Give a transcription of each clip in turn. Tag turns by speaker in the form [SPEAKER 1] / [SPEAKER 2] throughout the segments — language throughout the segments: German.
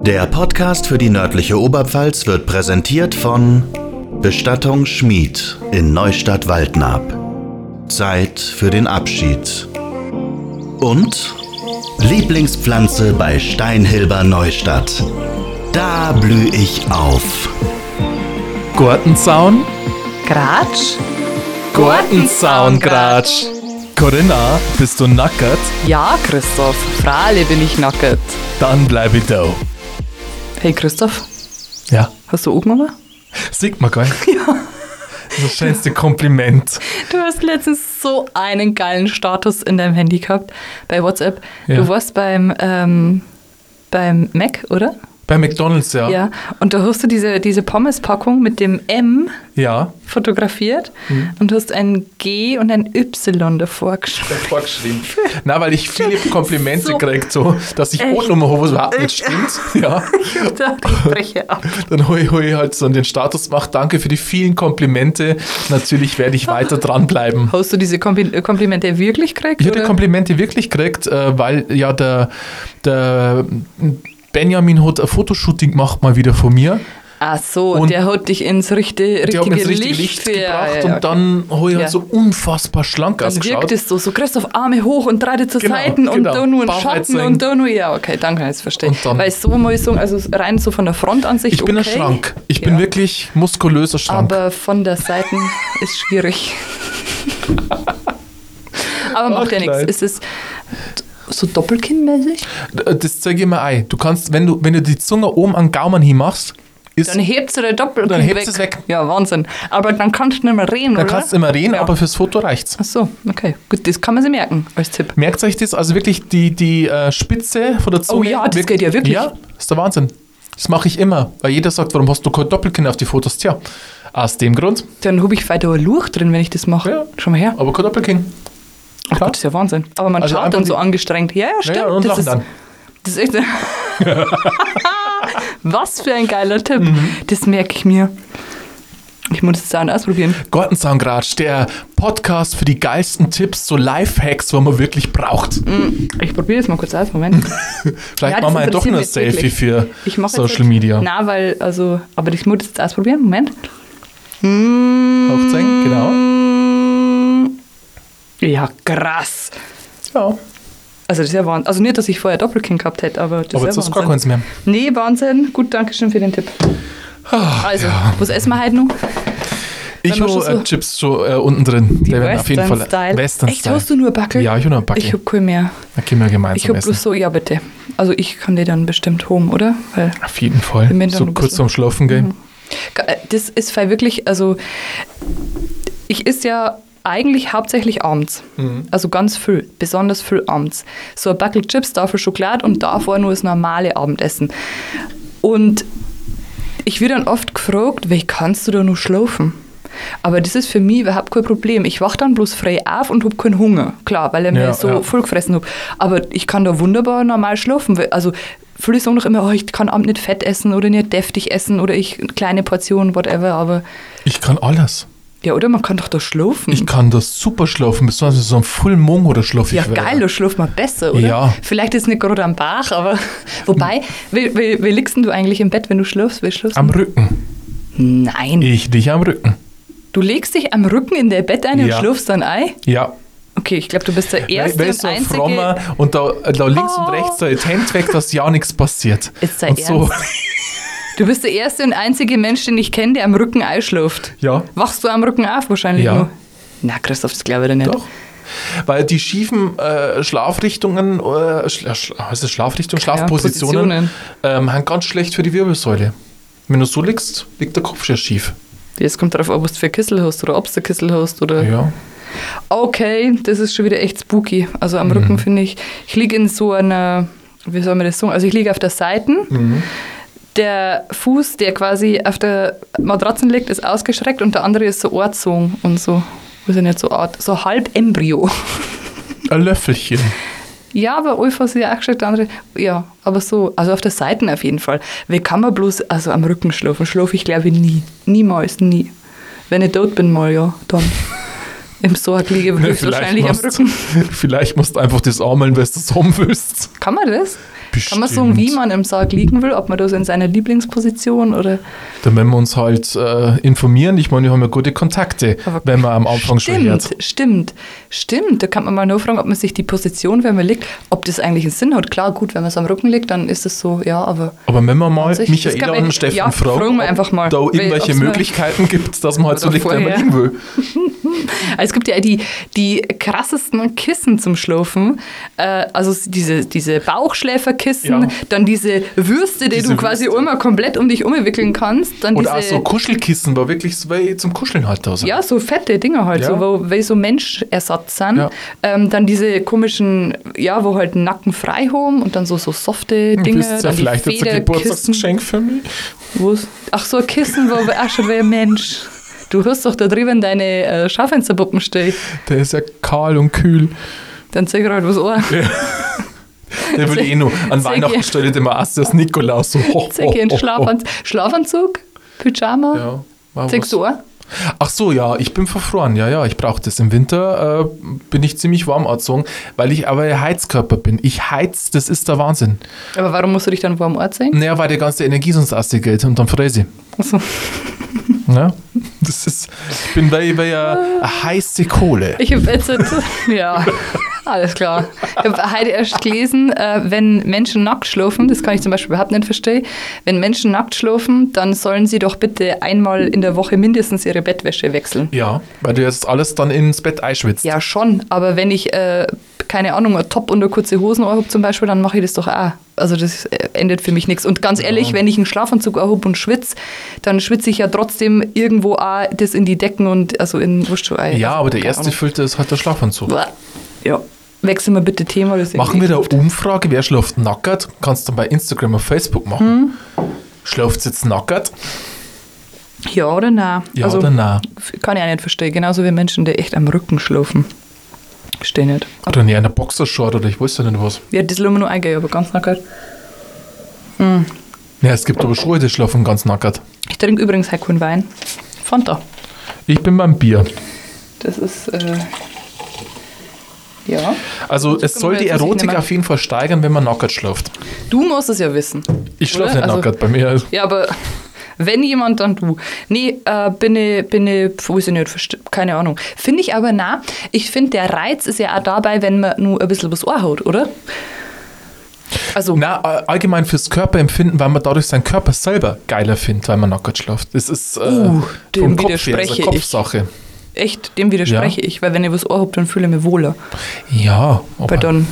[SPEAKER 1] Der Podcast für die nördliche Oberpfalz wird präsentiert von Bestattung Schmied in Neustadt Waldnab. Zeit für den Abschied. Und Lieblingspflanze bei Steinhilber Neustadt. Da blühe ich auf.
[SPEAKER 2] Gurtenzaun?
[SPEAKER 3] Gratsch?
[SPEAKER 2] Gurtenzaungratsch. Corinna, bist du nackert?
[SPEAKER 3] Ja, Christoph, Frale bin ich nackert.
[SPEAKER 2] Dann bleib ich da.
[SPEAKER 3] Hey Christoph,
[SPEAKER 2] Ja.
[SPEAKER 3] hast du Augenmacher?
[SPEAKER 2] Sieht man, gell? Ja. Das schönste Kompliment.
[SPEAKER 3] Du hast letztens so einen geilen Status in deinem Handy gehabt bei WhatsApp.
[SPEAKER 2] Ja.
[SPEAKER 3] Du warst beim, ähm, beim Mac, oder?
[SPEAKER 2] Bei McDonalds, ja.
[SPEAKER 3] Ja. Und da hast du diese, diese Pommes-Packung mit dem M
[SPEAKER 2] Ja.
[SPEAKER 3] fotografiert
[SPEAKER 2] Mhm.
[SPEAKER 3] und hast ein G und ein Y davor geschrieben.
[SPEAKER 2] Vorgeschrieben. Na, weil ich viele Komplimente
[SPEAKER 3] So.
[SPEAKER 2] krieg, so, dass ich
[SPEAKER 3] Echt?
[SPEAKER 2] Notnummer habe, was überhaupt nicht
[SPEAKER 3] Ich-
[SPEAKER 2] stimmt. Ja.
[SPEAKER 3] Da ich breche ab.
[SPEAKER 2] Dann hole ich, hol ich halt so den Status gemacht. Danke für die vielen Komplimente. Natürlich werde ich weiter dranbleiben.
[SPEAKER 3] Hast du diese Kompli- äh, Komplimente wirklich gekriegt?
[SPEAKER 2] Ich habe die
[SPEAKER 3] oder?
[SPEAKER 2] Komplimente wirklich gekriegt, äh, weil ja der, der Benjamin hat ein Fotoshooting gemacht mal wieder von mir.
[SPEAKER 3] Ach so,
[SPEAKER 2] Und-
[SPEAKER 3] der hat dich ins richtige, richtige,
[SPEAKER 2] Der hat mir das richtige Licht
[SPEAKER 3] Licht,
[SPEAKER 2] gebracht
[SPEAKER 3] ja, ja,
[SPEAKER 2] und dann habe ich halt
[SPEAKER 3] Ja.
[SPEAKER 2] so unfassbar schlank
[SPEAKER 3] Dann wirkt
[SPEAKER 2] ausgeschaut.
[SPEAKER 3] es so, so Christoph, Arme hoch und dreite zur
[SPEAKER 2] Genau,
[SPEAKER 3] Seiten und
[SPEAKER 2] genau.
[SPEAKER 3] da nur ein
[SPEAKER 2] Bauch
[SPEAKER 3] Schatten
[SPEAKER 2] einzwingen.
[SPEAKER 3] und da nur, ja, okay, danke, jetzt verstehe
[SPEAKER 2] Und dann-
[SPEAKER 3] Weil so muss ich sagen, also rein so von der Frontansicht,
[SPEAKER 2] Ich bin
[SPEAKER 3] okay,
[SPEAKER 2] ein Schrank. Ich bin
[SPEAKER 3] Ja.
[SPEAKER 2] wirklich muskulöser Schrank.
[SPEAKER 3] Aber von der Seiten ist schwierig. Aber macht
[SPEAKER 2] Ach,
[SPEAKER 3] ja nichts.
[SPEAKER 2] nein.
[SPEAKER 3] Ist es so doppelkinnmäßig?
[SPEAKER 2] D- Das zeige ich mir ein. Du kannst, wenn du, wenn du die Zunge oben an den Gaumen hin machst, ist,
[SPEAKER 3] Dann
[SPEAKER 2] dann,
[SPEAKER 3] hebst du der Doppelkinn
[SPEAKER 2] Dann
[SPEAKER 3] weg.
[SPEAKER 2] hebst es weg.
[SPEAKER 3] Ja, Wahnsinn. Aber dann kannst du nicht mehr reden, oder?
[SPEAKER 2] kannst du immer reden,
[SPEAKER 3] Ja.
[SPEAKER 2] aber fürs Foto reicht's.
[SPEAKER 3] Ach so, okay. Gut, das kann man sich merken als Tipp.
[SPEAKER 2] Merkt euch das? Also wirklich die, die äh, Spitze von der Zunge.
[SPEAKER 3] Oh ja, das
[SPEAKER 2] wirkt-
[SPEAKER 3] geht ja wirklich.
[SPEAKER 2] Ja, ist der Wahnsinn. Das mache ich immer, weil jeder sagt, warum hast du kein Doppelkinn auf die Fotos? Tja, aus dem Grund.
[SPEAKER 3] Dann habe ich weiter ein Luch drin, wenn ich das mache.
[SPEAKER 2] Ja.
[SPEAKER 3] Schau mal her.
[SPEAKER 2] Aber kein Doppelkinn.
[SPEAKER 3] Ach Gott, das ist ja Wahnsinn. Aber man
[SPEAKER 2] Also
[SPEAKER 3] schaut
[SPEAKER 2] einfach
[SPEAKER 3] dann so
[SPEAKER 2] die-
[SPEAKER 3] angestrengt. Ja, ja, stimmt.
[SPEAKER 2] Ja, und
[SPEAKER 3] das,
[SPEAKER 2] lachen
[SPEAKER 3] ist,
[SPEAKER 2] dann.
[SPEAKER 3] das ist echt. Was für ein geiler Tipp.
[SPEAKER 2] Mhm.
[SPEAKER 3] Das merke ich mir. Ich muss das dann ausprobieren.
[SPEAKER 2] Gartenzaungratsch, der Podcast für die geilsten Tipps, so Lifehacks, wo man wirklich braucht.
[SPEAKER 3] Ich probiere das mal kurz aus. Moment.
[SPEAKER 2] Vielleicht
[SPEAKER 3] Mhm. Ja, das
[SPEAKER 2] machen wir ja doch
[SPEAKER 3] interessiert
[SPEAKER 2] noch ein
[SPEAKER 3] mich
[SPEAKER 2] Selfie
[SPEAKER 3] wirklich.
[SPEAKER 2] für
[SPEAKER 3] Ich mache
[SPEAKER 2] Social Media.
[SPEAKER 3] Na, weil, also, aber ich muss das jetzt ausprobieren. Moment.
[SPEAKER 2] Aufzeigen, genau.
[SPEAKER 3] Mm. Ja, krass.
[SPEAKER 2] Ja,
[SPEAKER 3] Also, das ist ja Wahnsinn. Also, nicht, dass ich vorher Doppelkinn gehabt hätte, aber das
[SPEAKER 2] aber jetzt
[SPEAKER 3] ist ja
[SPEAKER 2] hast du gar
[SPEAKER 3] Wahnsinn.
[SPEAKER 2] keins mehr.
[SPEAKER 3] Nee, Wahnsinn. Gut, danke schön für den Tipp.
[SPEAKER 2] Ah,
[SPEAKER 3] also, was essen wir heute noch?
[SPEAKER 2] Ich
[SPEAKER 3] Wenn man
[SPEAKER 2] habe
[SPEAKER 3] schon
[SPEAKER 2] äh,
[SPEAKER 3] so-
[SPEAKER 2] Chips schon äh, unten drin. Die werden auf jeden Fall
[SPEAKER 3] Western-Style.
[SPEAKER 2] Western
[SPEAKER 3] Echt, hast du nur Backel?
[SPEAKER 2] Ja, ich habe noch einen Backel.
[SPEAKER 3] Ich hab kein mehr.
[SPEAKER 2] Dann gehen wir gemeinsam
[SPEAKER 3] Ich hab
[SPEAKER 2] essen.
[SPEAKER 3] bloß so, ja bitte. Also ich kann die dann bestimmt home, oder? Weil
[SPEAKER 2] Auf jeden Fall.
[SPEAKER 3] Wenn wir dann
[SPEAKER 2] So
[SPEAKER 3] ein
[SPEAKER 2] kurz
[SPEAKER 3] bisschen-
[SPEAKER 2] vorm Schlafen gehen.
[SPEAKER 3] Äh, das ist voll wirklich, also ich ist ja eigentlich hauptsächlich abends.
[SPEAKER 2] Mhm.
[SPEAKER 3] Also ganz viel, besonders viel abends. So ein Backel Chips, dafür Schokolade und davor nur das normale Abendessen. Und ich werde dann oft gefragt, wie kannst du da nur schlafen? Aber das ist für mich überhaupt kein Problem. Ich wach dann bloß frei auf und habe keinen Hunger. Klar, weil ich mir
[SPEAKER 2] Ja,
[SPEAKER 3] so
[SPEAKER 2] ja.
[SPEAKER 3] voll gefressen habe. Aber ich kann da wunderbar normal schlafen. weil- Also viele sagen doch immer, oh, ich kann abends nicht fett essen oder nicht deftig essen oder ich kleine Portionen, whatever. Aber
[SPEAKER 2] Ich kann alles.
[SPEAKER 3] ja, oder man kann doch da schlafen.
[SPEAKER 2] Ich kann das super schlafen, besonders wenn so ein Full Moon oder schlafe
[SPEAKER 3] Mhm. ja,
[SPEAKER 2] ich. wieder.
[SPEAKER 3] geil, da schlaft man besser, oder?
[SPEAKER 2] Ja.
[SPEAKER 3] Vielleicht ist nicht gerade am Bach, aber wobei, wie, wie, wie liegst denn du eigentlich im Bett, wenn du schlafst? Wie schlafst
[SPEAKER 2] Am
[SPEAKER 3] du?
[SPEAKER 2] Rücken.
[SPEAKER 3] Nein.
[SPEAKER 2] Ich dich am Rücken.
[SPEAKER 3] Du legst dich am Rücken in der Bett ein und
[SPEAKER 2] Ja.
[SPEAKER 3] schlafst dann ein?
[SPEAKER 2] Ja.
[SPEAKER 3] Okay, ich glaube, du bist der erste
[SPEAKER 2] Weil- weil
[SPEAKER 3] und
[SPEAKER 2] so ein
[SPEAKER 3] einzige.
[SPEAKER 2] frommer und da, da links
[SPEAKER 3] Oh.
[SPEAKER 2] und rechts so ein Hemd weg, dass ja nichts passiert.
[SPEAKER 3] Ist dein
[SPEAKER 2] und so,
[SPEAKER 3] Du bist der erste und einzige Mensch, den ich kenne, der am Rücken einschläft.
[SPEAKER 2] Ja.
[SPEAKER 3] Wachst du am Rücken auf wahrscheinlich
[SPEAKER 2] Ja.
[SPEAKER 3] nur? Na, Christoph, das glaube ich dir nicht.
[SPEAKER 2] Doch. Weil die schiefen äh, Schlafrichtungen, äh, Schla- Schla- heißt das Schlafrichtung, Schlafpositionen,
[SPEAKER 3] Positionen.
[SPEAKER 2] ähm, haben ganz schlecht für die Wirbelsäule. Wenn du so liegst, liegt der Kopf schon schief.
[SPEAKER 3] Jetzt kommt drauf, an, was du für Kissel hast oder ob du Kissel hast oder.
[SPEAKER 2] Ja.
[SPEAKER 3] Okay, das ist schon wieder echt spooky. Also am Rücken finde ich, ich liege in so einer, wie soll man das sagen? Also ich liege auf der Seite. Der Fuß, der quasi auf der Matratze liegt, ist ausgestreckt und der andere ist so ortzung und so. Wir sind jetzt so Art, so halb Embryo.
[SPEAKER 2] Ein Löffelchen.
[SPEAKER 3] Ja, aber Ulfa ist ja auch geschickt, der andere. Ja, aber so, also auf der Seite auf jeden Fall. Wie kann man bloß, also am Rücken schlafen? Schlafe ich glaube ich nie. Niemals, nie. Wenn ich tot bin, mal ja, dann. Im Sorg liege ich höchstwahrscheinlich am
[SPEAKER 2] musst,
[SPEAKER 3] Rücken.
[SPEAKER 2] vielleicht musst du einfach das armeln, weil du es haben willst.
[SPEAKER 3] Kann man das? Kann man sagen, wie
[SPEAKER 2] Bestimmt.
[SPEAKER 3] man im Sarg liegen will, ob man da so in seiner Lieblingsposition oder.
[SPEAKER 2] Da müssen wir uns halt äh, informieren. Ich meine, wir haben ja gute Kontakte,
[SPEAKER 3] Aber
[SPEAKER 2] wenn man am Anfang schon hört.
[SPEAKER 3] Stimmt, stimmt, stimmt. Da kann man mal nur fragen, ob man sich die Position, wenn man liegt, ob das eigentlich einen Sinn hat. Klar, gut, wenn man es am Rücken liegt, dann ist es so, ja, aber.
[SPEAKER 2] Aber wenn wir mal
[SPEAKER 3] An sich, Also das kann
[SPEAKER 2] Michaela
[SPEAKER 3] man-
[SPEAKER 2] und Steffen
[SPEAKER 3] ja,
[SPEAKER 2] fragen,
[SPEAKER 3] fragen wir
[SPEAKER 2] ob
[SPEAKER 3] einfach mal,
[SPEAKER 2] da
[SPEAKER 3] weil-
[SPEAKER 2] irgendwelche
[SPEAKER 3] ob's mal-
[SPEAKER 2] Möglichkeiten gibt, dass man halt so
[SPEAKER 3] Oder
[SPEAKER 2] liegt, wenn man
[SPEAKER 3] vorher.
[SPEAKER 2] liegen will.
[SPEAKER 3] Also es gibt ja die, die krassesten Kissen zum Schlafen. Äh, also s- diese, diese Bauchschläferkissen,
[SPEAKER 2] Ja.
[SPEAKER 3] dann diese Würste, die
[SPEAKER 2] Diese
[SPEAKER 3] du quasi
[SPEAKER 2] Würste.
[SPEAKER 3] immer komplett um dich umwickeln kannst. Dann
[SPEAKER 2] Oder auch
[SPEAKER 3] diese,
[SPEAKER 2] so Kuschelkissen, war wirklich so weil zum Kuscheln halt da sind.
[SPEAKER 3] Ja, so fette Dinger halt,
[SPEAKER 2] Ja.
[SPEAKER 3] so, wo, weil so Menschersatz sind.
[SPEAKER 2] Ja.
[SPEAKER 3] Ähm, dann diese komischen, ja, wo halt Nacken frei haben und dann so, so softe
[SPEAKER 2] Du
[SPEAKER 3] Dinge.
[SPEAKER 2] bist ja
[SPEAKER 3] dann die
[SPEAKER 2] vielleicht jetzt ein
[SPEAKER 3] Federkissen.
[SPEAKER 2] Geburtstagsgeschenk für mich.
[SPEAKER 3] Wo's? Ach so, ein Kissen, wo ach schon wer Mensch. Du hast doch da drüben deine äh, Schaufensterpuppen stehen.
[SPEAKER 2] Der ist ja kahl und kühl.
[SPEAKER 3] Dann zeig gerade was an.
[SPEAKER 2] Der will eh nur. An
[SPEAKER 3] Zeig
[SPEAKER 2] Weihnachten
[SPEAKER 3] ihr-
[SPEAKER 2] stell dir immer erst das Nikolaus so. Ho,
[SPEAKER 3] Zeig ihren Schlafanz Schlafanzug, Pyjama.
[SPEAKER 2] Ja, war
[SPEAKER 3] Zeigst
[SPEAKER 2] was.
[SPEAKER 3] du an?
[SPEAKER 2] Ach so, ja, ich bin verfroren. Ja, ja, ich brauche das. Im Winter äh, bin ich ziemlich warm angezogen, weil ich aber ein Heizkörper bin. Ich heiz, das ist der Wahnsinn.
[SPEAKER 3] Aber warum musst du dich dann warm anziehen?
[SPEAKER 2] Naja, weil die ganze Energie sonst ausgeht und dann fräse ich.
[SPEAKER 3] Also,
[SPEAKER 2] Ne? Das ist, ich bin bei, bei eine, eine heiße Kohle.
[SPEAKER 3] ich habe jetzt. ja, alles klar. Ich habe heute erst gelesen, äh, wenn Menschen nackt schlafen, das kann ich zum Beispiel überhaupt nicht verstehen, wenn Menschen nackt schlafen, dann sollen sie doch bitte einmal in der Woche mindestens ihre Bettwäsche wechseln.
[SPEAKER 2] Ja, weil du jetzt alles dann ins Bett einschwitzt.
[SPEAKER 3] Ja, schon, aber wenn ich, äh, keine Ahnung, ein Top und eine kurze Hosen habe zum Beispiel, dann mache ich das doch auch. Also das äh, endet für mich nichts. Und ganz ehrlich, wenn ich einen Schlafanzug habe und schwitze, dann schwitze ich ja trotzdem irgendwo auch das in die Decken und also in wurscht schon ein.
[SPEAKER 2] Ja,
[SPEAKER 3] also,
[SPEAKER 2] aber der
[SPEAKER 3] keine
[SPEAKER 2] erste
[SPEAKER 3] Ahnung.
[SPEAKER 2] Filter ist halt der Schlafanzug.
[SPEAKER 3] Bäh. Ja, wechseln wir bitte Thema. Das ist
[SPEAKER 2] Machen wir
[SPEAKER 3] irgendwie-
[SPEAKER 2] da eine Umfrage, wer schläft nackert? Kannst du bei Instagram und Facebook machen.
[SPEAKER 3] Hm.
[SPEAKER 2] Schläft jetzt nackert?
[SPEAKER 3] Ja oder nein? Also,
[SPEAKER 2] Ja oder nein?
[SPEAKER 3] Kann ich auch nicht verstehen. Genauso wie Menschen, die echt am Rücken schlafen. Verstehe nicht.
[SPEAKER 2] Oder in einer Boxershort oder ich weiß ja nicht was.
[SPEAKER 3] Ja, das lassen wir nur eingehen, aber ganz nackert.
[SPEAKER 2] Ja, es gibt aber Schuhe, die schlafen ganz nackert.
[SPEAKER 3] Ich trinke übrigens heute keinen Wein. Fanta.
[SPEAKER 2] Ich bin beim Bier.
[SPEAKER 3] Das ist, äh, ja.
[SPEAKER 2] Also es
[SPEAKER 3] können
[SPEAKER 2] soll
[SPEAKER 3] wir
[SPEAKER 2] die
[SPEAKER 3] jetzt nicht
[SPEAKER 2] Erotik
[SPEAKER 3] mehr-
[SPEAKER 2] auf jeden Fall steigern, wenn man nackert schläft.
[SPEAKER 3] Du musst es ja wissen.
[SPEAKER 2] Ich
[SPEAKER 3] oder?
[SPEAKER 2] schlafe nicht
[SPEAKER 3] Also-
[SPEAKER 2] nackert, bei mir
[SPEAKER 3] Ja, aber wenn jemand, dann du. Nee, äh, bin ich, bin ich, weiß ich nicht, verste- keine Ahnung. Finde ich aber nah. Ich finde, der Reiz ist ja auch dabei, wenn man nur ein bisschen was anhaut, oder? Also,
[SPEAKER 2] Na, all- allgemein fürs Körperempfinden, weil man dadurch seinen Körper selber geiler findet, weil man nackert schläft. Das ist äh,
[SPEAKER 3] Uh,
[SPEAKER 2] vom
[SPEAKER 3] dem
[SPEAKER 2] Kopf her, also
[SPEAKER 3] widerspreche ich.
[SPEAKER 2] Kopfsache.
[SPEAKER 3] echt, dem widerspreche ich, weil wenn ich was anhabe, dann fühle ich mich wohler.
[SPEAKER 2] Ja, oh aber
[SPEAKER 3] Weil dann,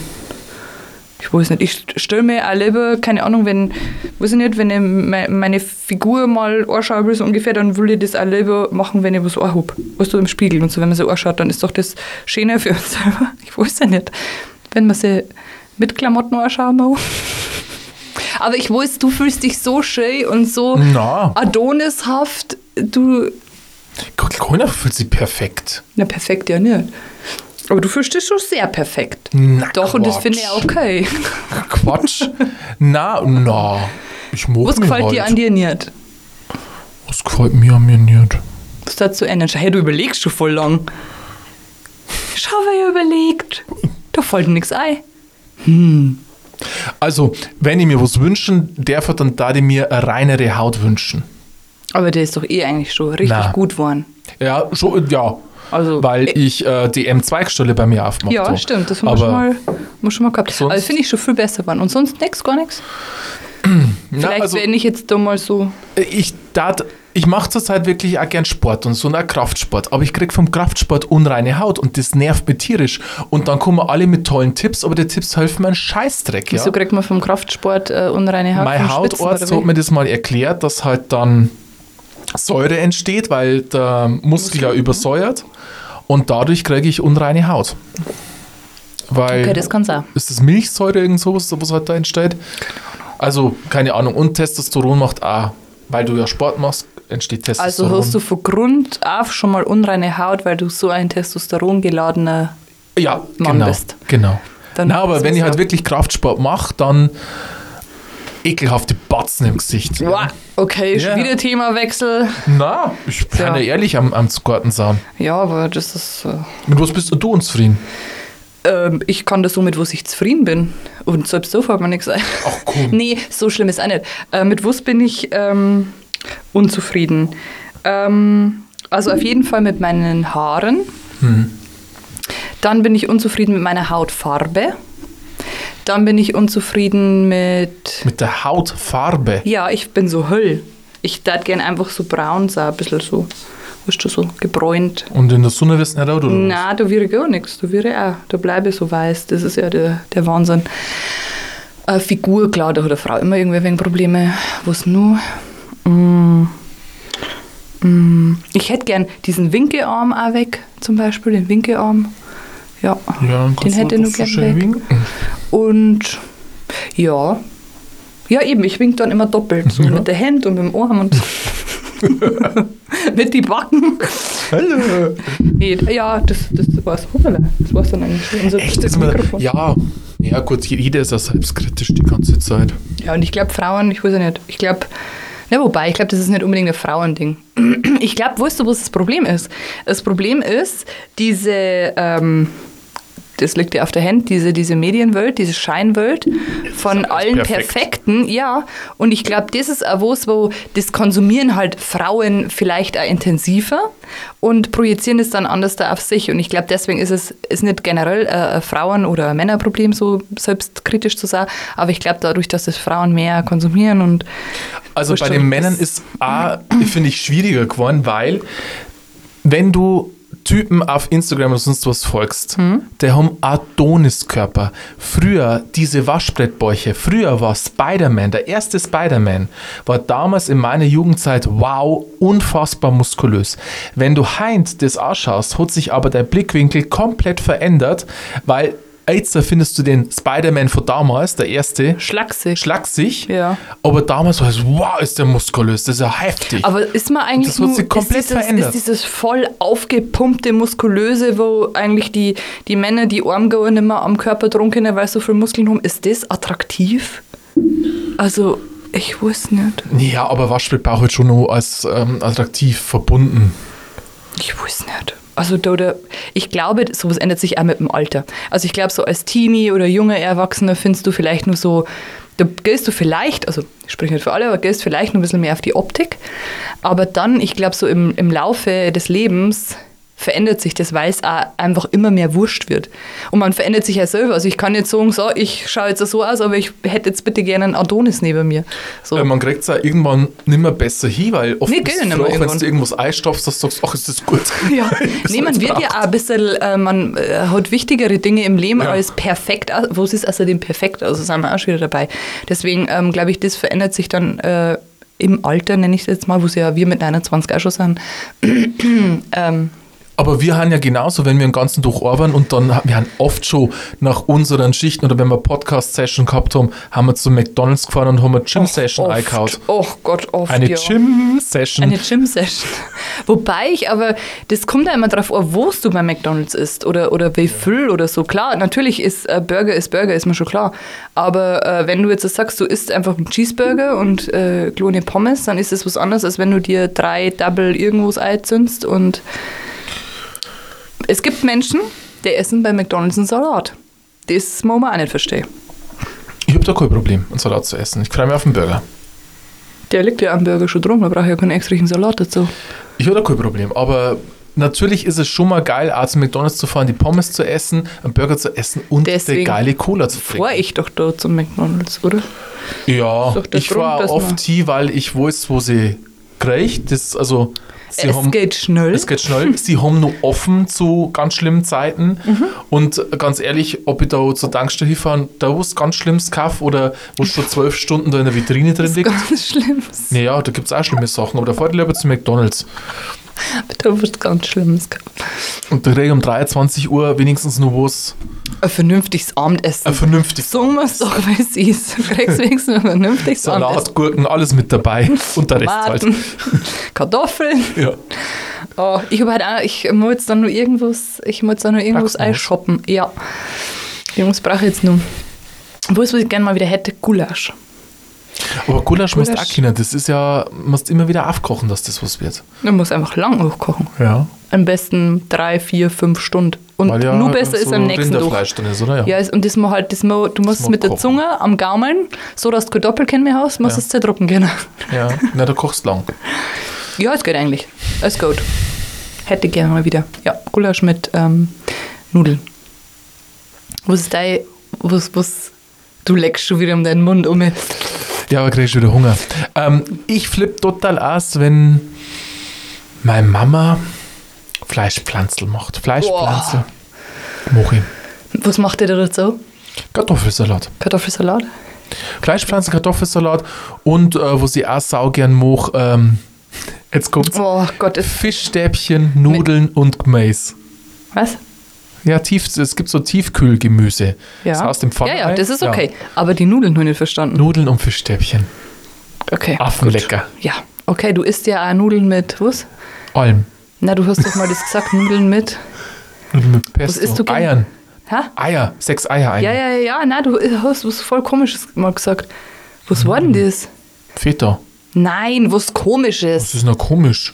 [SPEAKER 3] ich weiß nicht, ich stelle mir auch lieber, keine Ahnung, wenn, weiß ich nicht, wenn ich me- meine Figur mal anschauen will, so ungefähr, dann will ich das auch lieber machen, wenn ich was anhab. Weißt du, im Spiegel und so, wenn man sie anschaut, dann ist doch das schöner für uns selber. Ich weiß ja nicht. Wenn man sie mit Klamotten anschauen mal. Aber ich weiß, du fühlst dich so schön und so
[SPEAKER 2] Na.
[SPEAKER 3] adonishaft. Du,
[SPEAKER 2] Keiner fühlt sich perfekt.
[SPEAKER 3] na perfekt ja nicht. Aber du fühlst dich schon sehr perfekt.
[SPEAKER 2] Na,
[SPEAKER 3] Doch, und das
[SPEAKER 2] Quatsch.
[SPEAKER 3] finde ich auch okay.
[SPEAKER 2] Quatsch. na, na. Ich mag
[SPEAKER 3] Was
[SPEAKER 2] mich
[SPEAKER 3] gefällt
[SPEAKER 2] halt.
[SPEAKER 3] dir an dir nicht?
[SPEAKER 2] Was gefällt mir an mir nicht?
[SPEAKER 3] Was dazu ändern? Hey, du überlegst schon voll lang. Schau, wer ihr überlegt. Da fällt nix ein.
[SPEAKER 2] Also, wenn ich mir was wünschen darf, dann darf ich mir eine reinere Haut wünschen.
[SPEAKER 3] Aber der ist doch eh eigentlich schon richtig
[SPEAKER 2] Na.
[SPEAKER 3] gut geworden.
[SPEAKER 2] Ja, schon, ja.
[SPEAKER 3] Also,
[SPEAKER 2] Weil
[SPEAKER 3] äh,
[SPEAKER 2] ich äh, die M2-Stelle bei mir aufmache.
[SPEAKER 3] Ja,
[SPEAKER 2] so.
[SPEAKER 3] stimmt. Das haben wir
[SPEAKER 2] Aber
[SPEAKER 3] schon mal, haben wir schon mal gehabt.
[SPEAKER 2] sonst-
[SPEAKER 3] also finde ich schon viel besser geworden. Und sonst nix, gar nichts.
[SPEAKER 2] na,
[SPEAKER 3] Vielleicht
[SPEAKER 2] also,
[SPEAKER 3] wenn ich jetzt da mal so.
[SPEAKER 2] ich, dat- ich mache zurzeit wirklich auch gern Sport und so einen Kraftsport, aber ich krieg vom Kraftsport unreine Haut und das nervt mich tierisch. Und dann kommen alle mit tollen Tipps, aber die Tipps helfen mir einen Scheißdreck. Ja?
[SPEAKER 3] Wieso kriegt man vom Kraftsport äh, unreine Haut?
[SPEAKER 2] Mein
[SPEAKER 3] vom Schwitzen
[SPEAKER 2] Hautarzt
[SPEAKER 3] oder wie?
[SPEAKER 2] hat mir das mal erklärt, dass halt dann Säure entsteht, weil der Muskel
[SPEAKER 3] mhm.
[SPEAKER 2] ja übersäuert und dadurch kriege ich unreine Haut. Weil
[SPEAKER 3] Okay, das kann's auch.
[SPEAKER 2] ist das Milchsäure irgend sowas, was halt da entsteht? Also keine Ahnung. Und Testosteron macht A, weil du ja Sport machst, entsteht
[SPEAKER 3] Also
[SPEAKER 2] Testosteron.
[SPEAKER 3] hast du von Grund auf schon mal unreine Haut, weil du so ein Testosteron geladener
[SPEAKER 2] ja,
[SPEAKER 3] Mann
[SPEAKER 2] genau,
[SPEAKER 3] bist.
[SPEAKER 2] Genau.
[SPEAKER 3] Dann
[SPEAKER 2] Na, aber
[SPEAKER 3] ist
[SPEAKER 2] wenn
[SPEAKER 3] es
[SPEAKER 2] ich halt
[SPEAKER 3] ja-
[SPEAKER 2] wirklich Kraftsport mache, dann ekelhafte Batzen im Gesicht.
[SPEAKER 3] Wow, okay, schon
[SPEAKER 2] Ja.
[SPEAKER 3] wieder Themawechsel.
[SPEAKER 2] Na, ich bin
[SPEAKER 3] Tja.
[SPEAKER 2] ja ehrlich am, am Skortensaum.
[SPEAKER 3] Ja, aber das ist. Äh,
[SPEAKER 2] Mit was bist du unzufrieden?
[SPEAKER 3] ähm, ich kann da so mit was ich zufrieden bin. Und selbst so fällt mir nichts ein.
[SPEAKER 2] Ach, komm.
[SPEAKER 3] Nee, so schlimm ist auch nicht. Äh, mit was bin ich ähm, unzufrieden? Ähm, also auf jeden Fall mit meinen Haaren.
[SPEAKER 2] Mhm.
[SPEAKER 3] Dann bin ich unzufrieden mit meiner Hautfarbe. Dann bin ich unzufrieden mit
[SPEAKER 2] Mit der Hautfarbe.
[SPEAKER 3] ja, ich bin so Höll. Ich darf gern einfach so braun sein, ein bisschen so, weißt du, so gebräunt.
[SPEAKER 2] Und in der Sonne wirst du nicht rot, oder? was?
[SPEAKER 3] Na, da wäre gar nichts. Da wäre auch, da bleibe ich so weiß. Das ist ja der, der Wahnsinn. Äh, Figur, klar, da hat eine Frau immer irgendwie wegen Probleme. Was nur? Mm. Mm. Ich hätte gern diesen Winkelarm auch weg, zum Beispiel, den Winkelarm. Ja,
[SPEAKER 2] Ja, dann
[SPEAKER 3] den
[SPEAKER 2] kannst du
[SPEAKER 3] hätte ich noch
[SPEAKER 2] so
[SPEAKER 3] gern
[SPEAKER 2] schön
[SPEAKER 3] weg.
[SPEAKER 2] winken.
[SPEAKER 3] Und ja, ja eben, ich wink dann immer doppelt. So mit der Hand und mit dem Arm und mit die Backen.
[SPEAKER 2] Hallo.
[SPEAKER 3] Nee, Ah, ja, das, das war's. Hoppala, das war's dann eigentlich schon. Unser
[SPEAKER 2] Echt? Ist man,
[SPEAKER 3] Also, Mikrofon. Ja.
[SPEAKER 2] ja. Ja, gut, jeder ist ja selbstkritisch die ganze Zeit.
[SPEAKER 3] ja, und ich glaube, Frauen, ich weiß ja nicht, ich glaube, na wobei, ich glaube, das ist nicht unbedingt ein Frauending. Ich glaube, weißt du, was das Problem ist? Das Problem ist, diese, ähm, das liegt ja auf der Hand, diese, diese Medienwelt, diese Scheinwelt von allen
[SPEAKER 2] perfekt.
[SPEAKER 3] Perfekten, ja. Und ich glaube, das ist auch was, wo das konsumieren halt Frauen vielleicht auch intensiver und projizieren das dann anders da auf sich. Und ich glaube, deswegen ist es ist nicht generell äh, ein Frauen- oder ein Männerproblem, so selbstkritisch zu sein. Aber ich glaube, dadurch, dass das Frauen mehr konsumieren und
[SPEAKER 2] Also bei
[SPEAKER 3] Bestimmt
[SPEAKER 2] den Männern
[SPEAKER 3] ist-
[SPEAKER 2] ist A, finde ich, schwieriger geworden, weil wenn du Typen auf Instagram oder sonst was folgst, der haben Adoniskörper. Früher diese Waschbrettbäuche, früher war Spider-Man, der erste Spider-Man, war damals in meiner Jugendzeit, wow, unfassbar muskulös. Wenn du heint das anschaust, hat sich aber der Blickwinkel komplett verändert, weil jetzt findest du den Spider-Man von damals, der erste,
[SPEAKER 3] schlaksig.
[SPEAKER 2] schlaksig.
[SPEAKER 3] Ja.
[SPEAKER 2] Aber damals war es, wow, ist der muskulös, das ist ja heftig.
[SPEAKER 3] Aber ist man eigentlich
[SPEAKER 2] Das hat sich
[SPEAKER 3] nur-
[SPEAKER 2] komplett
[SPEAKER 3] ist, dieses,
[SPEAKER 2] verändert.
[SPEAKER 3] ist dieses voll aufgepumpte, muskulöse, wo eigentlich die, die Männer, die arm gehen, nicht mehr am Körper trunken, weil sie so viel Muskeln haben, ist das attraktiv? Also, ich weiß nicht.
[SPEAKER 2] ja, aber Waschbrettbauch wird schon noch als ähm, attraktiv verbunden.
[SPEAKER 3] Ich weiß nicht. Also, da, da, ich glaube, sowas ändert sich auch mit dem Alter. Also, ich glaube, so als Teenie oder junger Erwachsener findest du vielleicht nur so, da gehst du vielleicht, also ich spreche nicht für alle, aber gehst vielleicht nur ein bisschen mehr auf die Optik. Aber dann, ich glaube, so im, im Laufe des Lebens verändert sich das, weil es auch einfach immer mehr wurscht wird. Und man verändert sich ja selber. Also, ich kann jetzt sagen, so, ich schaue jetzt so aus, aber ich hätte jetzt bitte gerne einen Adonis neben mir. So.
[SPEAKER 2] Weil man kriegt es ja irgendwann nicht mehr besser hin, weil oft
[SPEAKER 3] Nee,
[SPEAKER 2] bist
[SPEAKER 3] gell,
[SPEAKER 2] du
[SPEAKER 3] nicht
[SPEAKER 2] froh,
[SPEAKER 3] mehr
[SPEAKER 2] wenn
[SPEAKER 3] irgendwann.
[SPEAKER 2] du irgendwas einstopfst, dass du sagst, ach, ist das gut.
[SPEAKER 3] Ja,
[SPEAKER 2] Bis
[SPEAKER 3] nee, man
[SPEAKER 2] jetzt
[SPEAKER 3] wird ja
[SPEAKER 2] braucht.
[SPEAKER 3] auch ein bisschen, äh, man äh, hat wichtigere Dinge im Leben
[SPEAKER 2] Ja.
[SPEAKER 3] als perfekt. au- Was ist außerdem perfekt? Also sind wir auch schon wieder dabei. Deswegen ähm, glaube ich, das verändert sich dann äh, im Alter, nenne ich es jetzt mal, wo sie ja wir mit 29 auch schon sind. ähm,
[SPEAKER 2] Aber wir haben ja genauso, wenn wir den ganzen Tag arbeiten und dann, wir haben oft schon nach unseren Schichten oder wenn wir Podcast-Session gehabt haben, haben wir zu McDonalds gefahren und haben eine Gym-Session
[SPEAKER 3] oft.
[SPEAKER 2] eingekaut.
[SPEAKER 3] Oh Gott, oft.
[SPEAKER 2] Eine
[SPEAKER 3] ja.
[SPEAKER 2] Gym-Session.
[SPEAKER 3] Eine Gym-Session. Wobei ich aber, das kommt ja immer drauf an, wo du bei McDonalds isst oder, oder wie viel oder so. Klar, natürlich ist äh, Burger ist Burger, ist mir schon klar. Aber äh, wenn du jetzt sagst, du isst einfach einen Cheeseburger und äh, Klone Pommes, dann ist das was anderes, als wenn du dir drei Double irgendwas einzündst. Und es gibt Menschen, die essen bei McDonalds einen Salat. Das muss man auch nicht verstehen.
[SPEAKER 2] Ich habe da kein Problem, einen Salat zu essen. Ich freue mich auf den Burger.
[SPEAKER 3] Der liegt ja am Burger schon drum, da brauche ich ja keinen extra Salat dazu.
[SPEAKER 2] Ich habe da kein Problem, aber natürlich ist es schon mal geil, auch zu McDonalds zu fahren, die Pommes zu essen, einen Burger zu essen und eine
[SPEAKER 3] Deswegen
[SPEAKER 2] geile Cola zu trinken.
[SPEAKER 3] War ich doch da zum McDonalds, oder?
[SPEAKER 2] Ja,
[SPEAKER 3] doch der
[SPEAKER 2] ich war
[SPEAKER 3] Grund, dass
[SPEAKER 2] oft
[SPEAKER 3] man-
[SPEAKER 2] hier, weil ich weiß, wo sie kriegt. Das ist also, sie
[SPEAKER 3] es
[SPEAKER 2] haben,
[SPEAKER 3] geht schnell.
[SPEAKER 2] es geht schnell. sie haben nur offen zu ganz schlimmen Zeiten.
[SPEAKER 3] Mhm.
[SPEAKER 2] Und ganz ehrlich, ob ich da zur Tankstelle hinfahren, da wo es ganz schlimmes Kaff oder wo es schon zwölf Stunden da in der Vitrine drin liegt.
[SPEAKER 3] ganz Schlimmes.
[SPEAKER 2] Naja, da gibt es auch schlimme Sachen, aber da fahrt ich lieber zu McDonalds.
[SPEAKER 3] Da wird ganz Schlimmes gehabt.
[SPEAKER 2] Und da kriege ich um 23 Uhr wenigstens nur was
[SPEAKER 3] Ein vernünftiges Abendessen.
[SPEAKER 2] Ein vernünftiges
[SPEAKER 3] Sagen wir es doch, wie es ist. Du kriegst wenigstens ein vernünftiges
[SPEAKER 2] Salat,
[SPEAKER 3] Abendessen.
[SPEAKER 2] Gurken, alles mit dabei. Und der Rest halt.
[SPEAKER 3] Tomaten, Kartoffeln.
[SPEAKER 2] Ja.
[SPEAKER 3] Oh, ich habe halt auch, ich muss jetzt dann nur irgendwas, ich muss jetzt dann nur
[SPEAKER 2] Brauchst
[SPEAKER 3] irgendwas
[SPEAKER 2] du noch was?
[SPEAKER 3] einschoppen. Ja. Irgendwas brauche ich jetzt nur. Wo's, was ich gerne mal wieder hätte, Gulasch.
[SPEAKER 2] Aber Gulasch, musst du auch
[SPEAKER 3] Gulasch.
[SPEAKER 2] können. Das ist ja, musst immer wieder aufkochen, dass das was wird.
[SPEAKER 3] Man muss einfach lang hochkochen.
[SPEAKER 2] Ja.
[SPEAKER 3] Am besten drei, vier, fünf Stunden. Und
[SPEAKER 2] Weil ja
[SPEAKER 3] nur besser ist
[SPEAKER 2] so
[SPEAKER 3] am nächsten Tag.
[SPEAKER 2] Rinderfleisch drin ist, oder?
[SPEAKER 3] Ja, ist- und das man halt, das man, du musst
[SPEAKER 2] Das
[SPEAKER 3] es
[SPEAKER 2] man
[SPEAKER 3] mit der
[SPEAKER 2] kochen.
[SPEAKER 3] Zunge am Gaumen, so dass du kein Doppelkinn mehr hast, musst
[SPEAKER 2] Ja.
[SPEAKER 3] du es zerdrucken können.
[SPEAKER 2] ja. Na, du kochst lang.
[SPEAKER 3] Ja, es geht eigentlich. Es geht. Hätte gerne mal wieder. Ja, Gulasch mit ähm, Nudeln. Was ist dein. Was, was. Du leckst schon wieder um deinen Mund um.
[SPEAKER 2] Ja, aber kriegst wieder Hunger. Ähm, ich flippe total aus, wenn meine Mama Fleischpflanzel macht. Fleischpflanzel. Mach ich.
[SPEAKER 3] Was macht ihr da dazu?
[SPEAKER 2] Kartoffelsalat.
[SPEAKER 3] Kartoffelsalat?
[SPEAKER 2] Fleischpflanzen, Kartoffelsalat und äh, was ich auch sau gern mache, ähm, jetzt kommt's.
[SPEAKER 3] Oh Gott, es-
[SPEAKER 2] Fischstäbchen, Nudeln und Gmais.
[SPEAKER 3] was?
[SPEAKER 2] Ja, tief, es gibt so Tiefkühlgemüse.
[SPEAKER 3] Ja.
[SPEAKER 2] Das aus dem Pfanne.
[SPEAKER 3] Ja, ja, das ist okay. Aber die Nudeln habe ich nicht verstanden.
[SPEAKER 2] Nudeln und Fischstäbchen.
[SPEAKER 3] Okay.
[SPEAKER 2] Affenlecker.
[SPEAKER 3] Ja, okay, du isst ja auch Nudeln mit. Was?
[SPEAKER 2] Alm.
[SPEAKER 3] Na, du hast doch mal das gesagt, Nudeln mit.
[SPEAKER 2] Nudeln mit Pesto.
[SPEAKER 3] Was isst du gern?
[SPEAKER 2] Eiern.
[SPEAKER 3] Hä?
[SPEAKER 2] Eier. Sechs Eier ein.
[SPEAKER 3] Ja, ja, ja, ja, nein, du äh, hast was voll Komisches mal gesagt. Was war
[SPEAKER 2] Hm.
[SPEAKER 3] denn das?
[SPEAKER 2] Feta.
[SPEAKER 3] Nein, was Komisches.
[SPEAKER 2] Das ist noch komisch.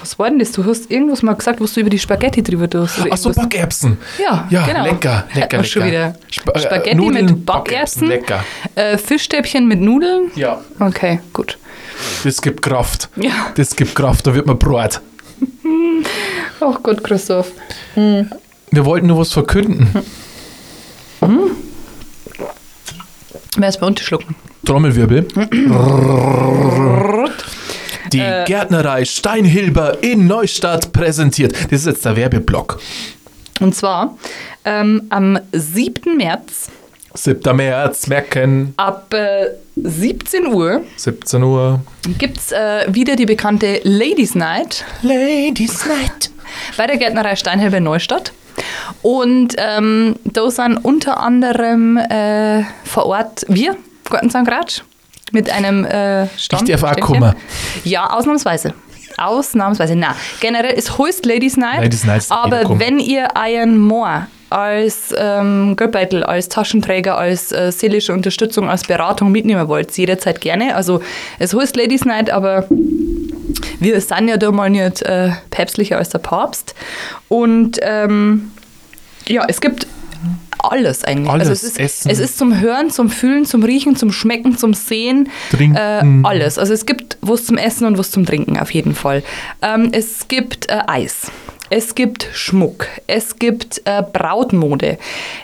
[SPEAKER 3] Was war denn das? Du hast irgendwas mal gesagt, was du über die Spaghetti drüber tust. oder
[SPEAKER 2] Ach so,
[SPEAKER 3] irgendwas.
[SPEAKER 2] Backerbsen.
[SPEAKER 3] Also Ja,
[SPEAKER 2] ja
[SPEAKER 3] genau.
[SPEAKER 2] lecker,
[SPEAKER 3] Hätten
[SPEAKER 2] lecker,
[SPEAKER 3] wir
[SPEAKER 2] lecker.
[SPEAKER 3] schon wieder.
[SPEAKER 2] Spa- äh,
[SPEAKER 3] Spaghetti
[SPEAKER 2] Nudeln,
[SPEAKER 3] mit Backerbsen.
[SPEAKER 2] Lecker.
[SPEAKER 3] Äh, Fischstäbchen mit Nudeln?
[SPEAKER 2] Ja.
[SPEAKER 3] Okay, gut.
[SPEAKER 2] Das gibt Kraft.
[SPEAKER 3] Ja.
[SPEAKER 2] Das gibt Kraft, da wird man brot.
[SPEAKER 3] Oh Gott, Christoph.
[SPEAKER 2] Wir wollten nur was verkünden.
[SPEAKER 3] Wer ist bei uns schlucken?
[SPEAKER 2] Trommelwirbel. Die Gärtnerei Steinhilber in Neustadt präsentiert. Das ist jetzt der Werbeblock.
[SPEAKER 3] Und zwar ähm, am 7. März
[SPEAKER 2] 7. März, merken,
[SPEAKER 3] ab äh, 17 Uhr
[SPEAKER 2] 17 Uhr.
[SPEAKER 3] gibt es äh, wieder die bekannte Ladies Night
[SPEAKER 2] Ladies Night.
[SPEAKER 3] bei der Gärtnerei Steinhelbe in Neustadt. Und ähm, da sind unter anderem äh, vor Ort wir, Gartenzahn Gratsch, mit einem äh, Stand.
[SPEAKER 2] Ich darf auch
[SPEAKER 3] Ständchen.
[SPEAKER 2] kommen.
[SPEAKER 3] Ja, ausnahmsweise. Ausnahmsweise. Na, generell ist Host Ladies Night.
[SPEAKER 2] Ladies Night ist jeder
[SPEAKER 3] aber
[SPEAKER 2] kommen.
[SPEAKER 3] wenn ihr einen Moor als ähm, Geldbeutel, als Taschenträger, als äh, seelische Unterstützung, als Beratung mitnehmen wollt, jederzeit gerne. Also es Host Ladies Night, aber wir sind ja da mal nicht äh, päpstlicher als der Papst. Und ähm, ja, es gibt alles eigentlich. also
[SPEAKER 2] Alles.
[SPEAKER 3] es, ist,
[SPEAKER 2] Essen.
[SPEAKER 3] es ist zum Hören, zum Fühlen, zum Riechen, zum Schmecken, zum Sehen.
[SPEAKER 2] Trinken.
[SPEAKER 3] Äh, alles. Also es gibt was zum Essen und was zum Trinken auf jeden Fall. Ähm, es gibt äh, Eis. Es gibt Schmuck, es gibt äh, Brautmode,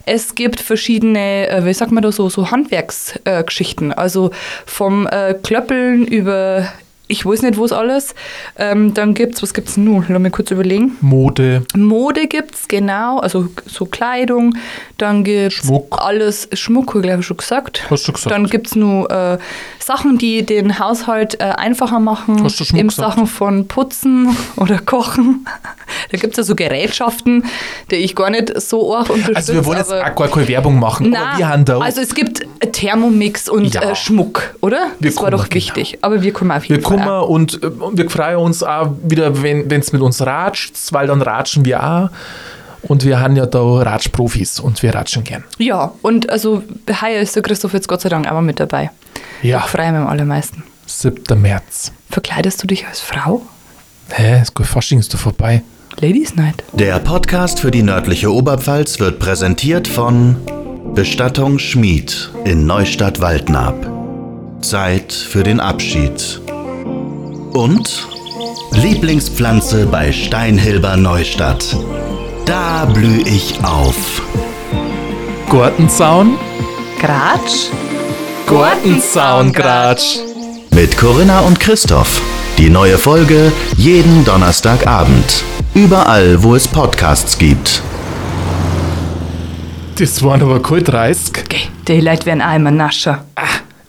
[SPEAKER 3] es gibt verschiedene, äh, wie sagt man da so, so Handwerksgeschichten. Äh, Geschichten. also vom äh, Klöppeln über, ich weiß nicht, wo es alles. Ähm, dann gibt's, was gibt's nun? Lass mich kurz überlegen.
[SPEAKER 2] Mode.
[SPEAKER 3] Mode gibt's, genau, also so Kleidung, dann gibt's
[SPEAKER 2] Schmuck.
[SPEAKER 3] alles Schmuck, hab ich glaube ich schon gesagt.
[SPEAKER 2] Hast du gesagt.
[SPEAKER 3] Dann gibt's nur äh, Sachen, die den Haushalt äh, einfacher machen,
[SPEAKER 2] Hast du Schmuck
[SPEAKER 3] in
[SPEAKER 2] gesagt?
[SPEAKER 3] Sachen von Putzen oder Kochen. da gibt's ja so Gerätschaften, die ich gar nicht so arg unterstütze.
[SPEAKER 2] Also wir wollen jetzt
[SPEAKER 3] aber-
[SPEAKER 2] auch gar keine Werbung machen, aber
[SPEAKER 3] Nein,
[SPEAKER 2] wir haben da
[SPEAKER 3] also es gibt Thermomix und
[SPEAKER 2] Ja.
[SPEAKER 3] äh, Schmuck, oder?
[SPEAKER 2] Wir
[SPEAKER 3] das war
[SPEAKER 2] kommen, genau.
[SPEAKER 3] doch wichtig, aber wir kommen auf jeden
[SPEAKER 2] Wir
[SPEAKER 3] Fall.
[SPEAKER 2] kommen und äh, wir freuen uns auch wieder, wenn es mit uns ratscht, weil dann ratschen wir auch. Und wir haben ja da Ratschprofis und wir ratschen gern.
[SPEAKER 3] Ja, und also heuer ist der Christoph jetzt Gott sei Dank auch mit dabei.
[SPEAKER 2] Ja.
[SPEAKER 3] Ich freue mich am allermeisten.
[SPEAKER 2] 7. März.
[SPEAKER 3] Verkleidest du dich als Frau?
[SPEAKER 2] Hä, das gute Fasching ist doch vorbei.
[SPEAKER 3] Ladies Night.
[SPEAKER 1] Der Podcast für die nördliche Oberpfalz wird präsentiert von Bestattung Schmied in Neustadt Waldnab. Zeit für den Abschied. Und Lieblingspflanze bei Steinhilber Neustadt. Da blühe ich auf.
[SPEAKER 2] Gartenzaun?
[SPEAKER 3] Gratsch?
[SPEAKER 2] Gartenzaungratsch.
[SPEAKER 1] Mit Corinna und Christoph. Die neue Folge jeden Donnerstagabend. Überall, wo es Podcasts gibt.
[SPEAKER 2] Das waren aber cool 30.
[SPEAKER 3] Die Leute werden auch immer nascher.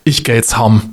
[SPEAKER 2] Ich geh jetzt heim.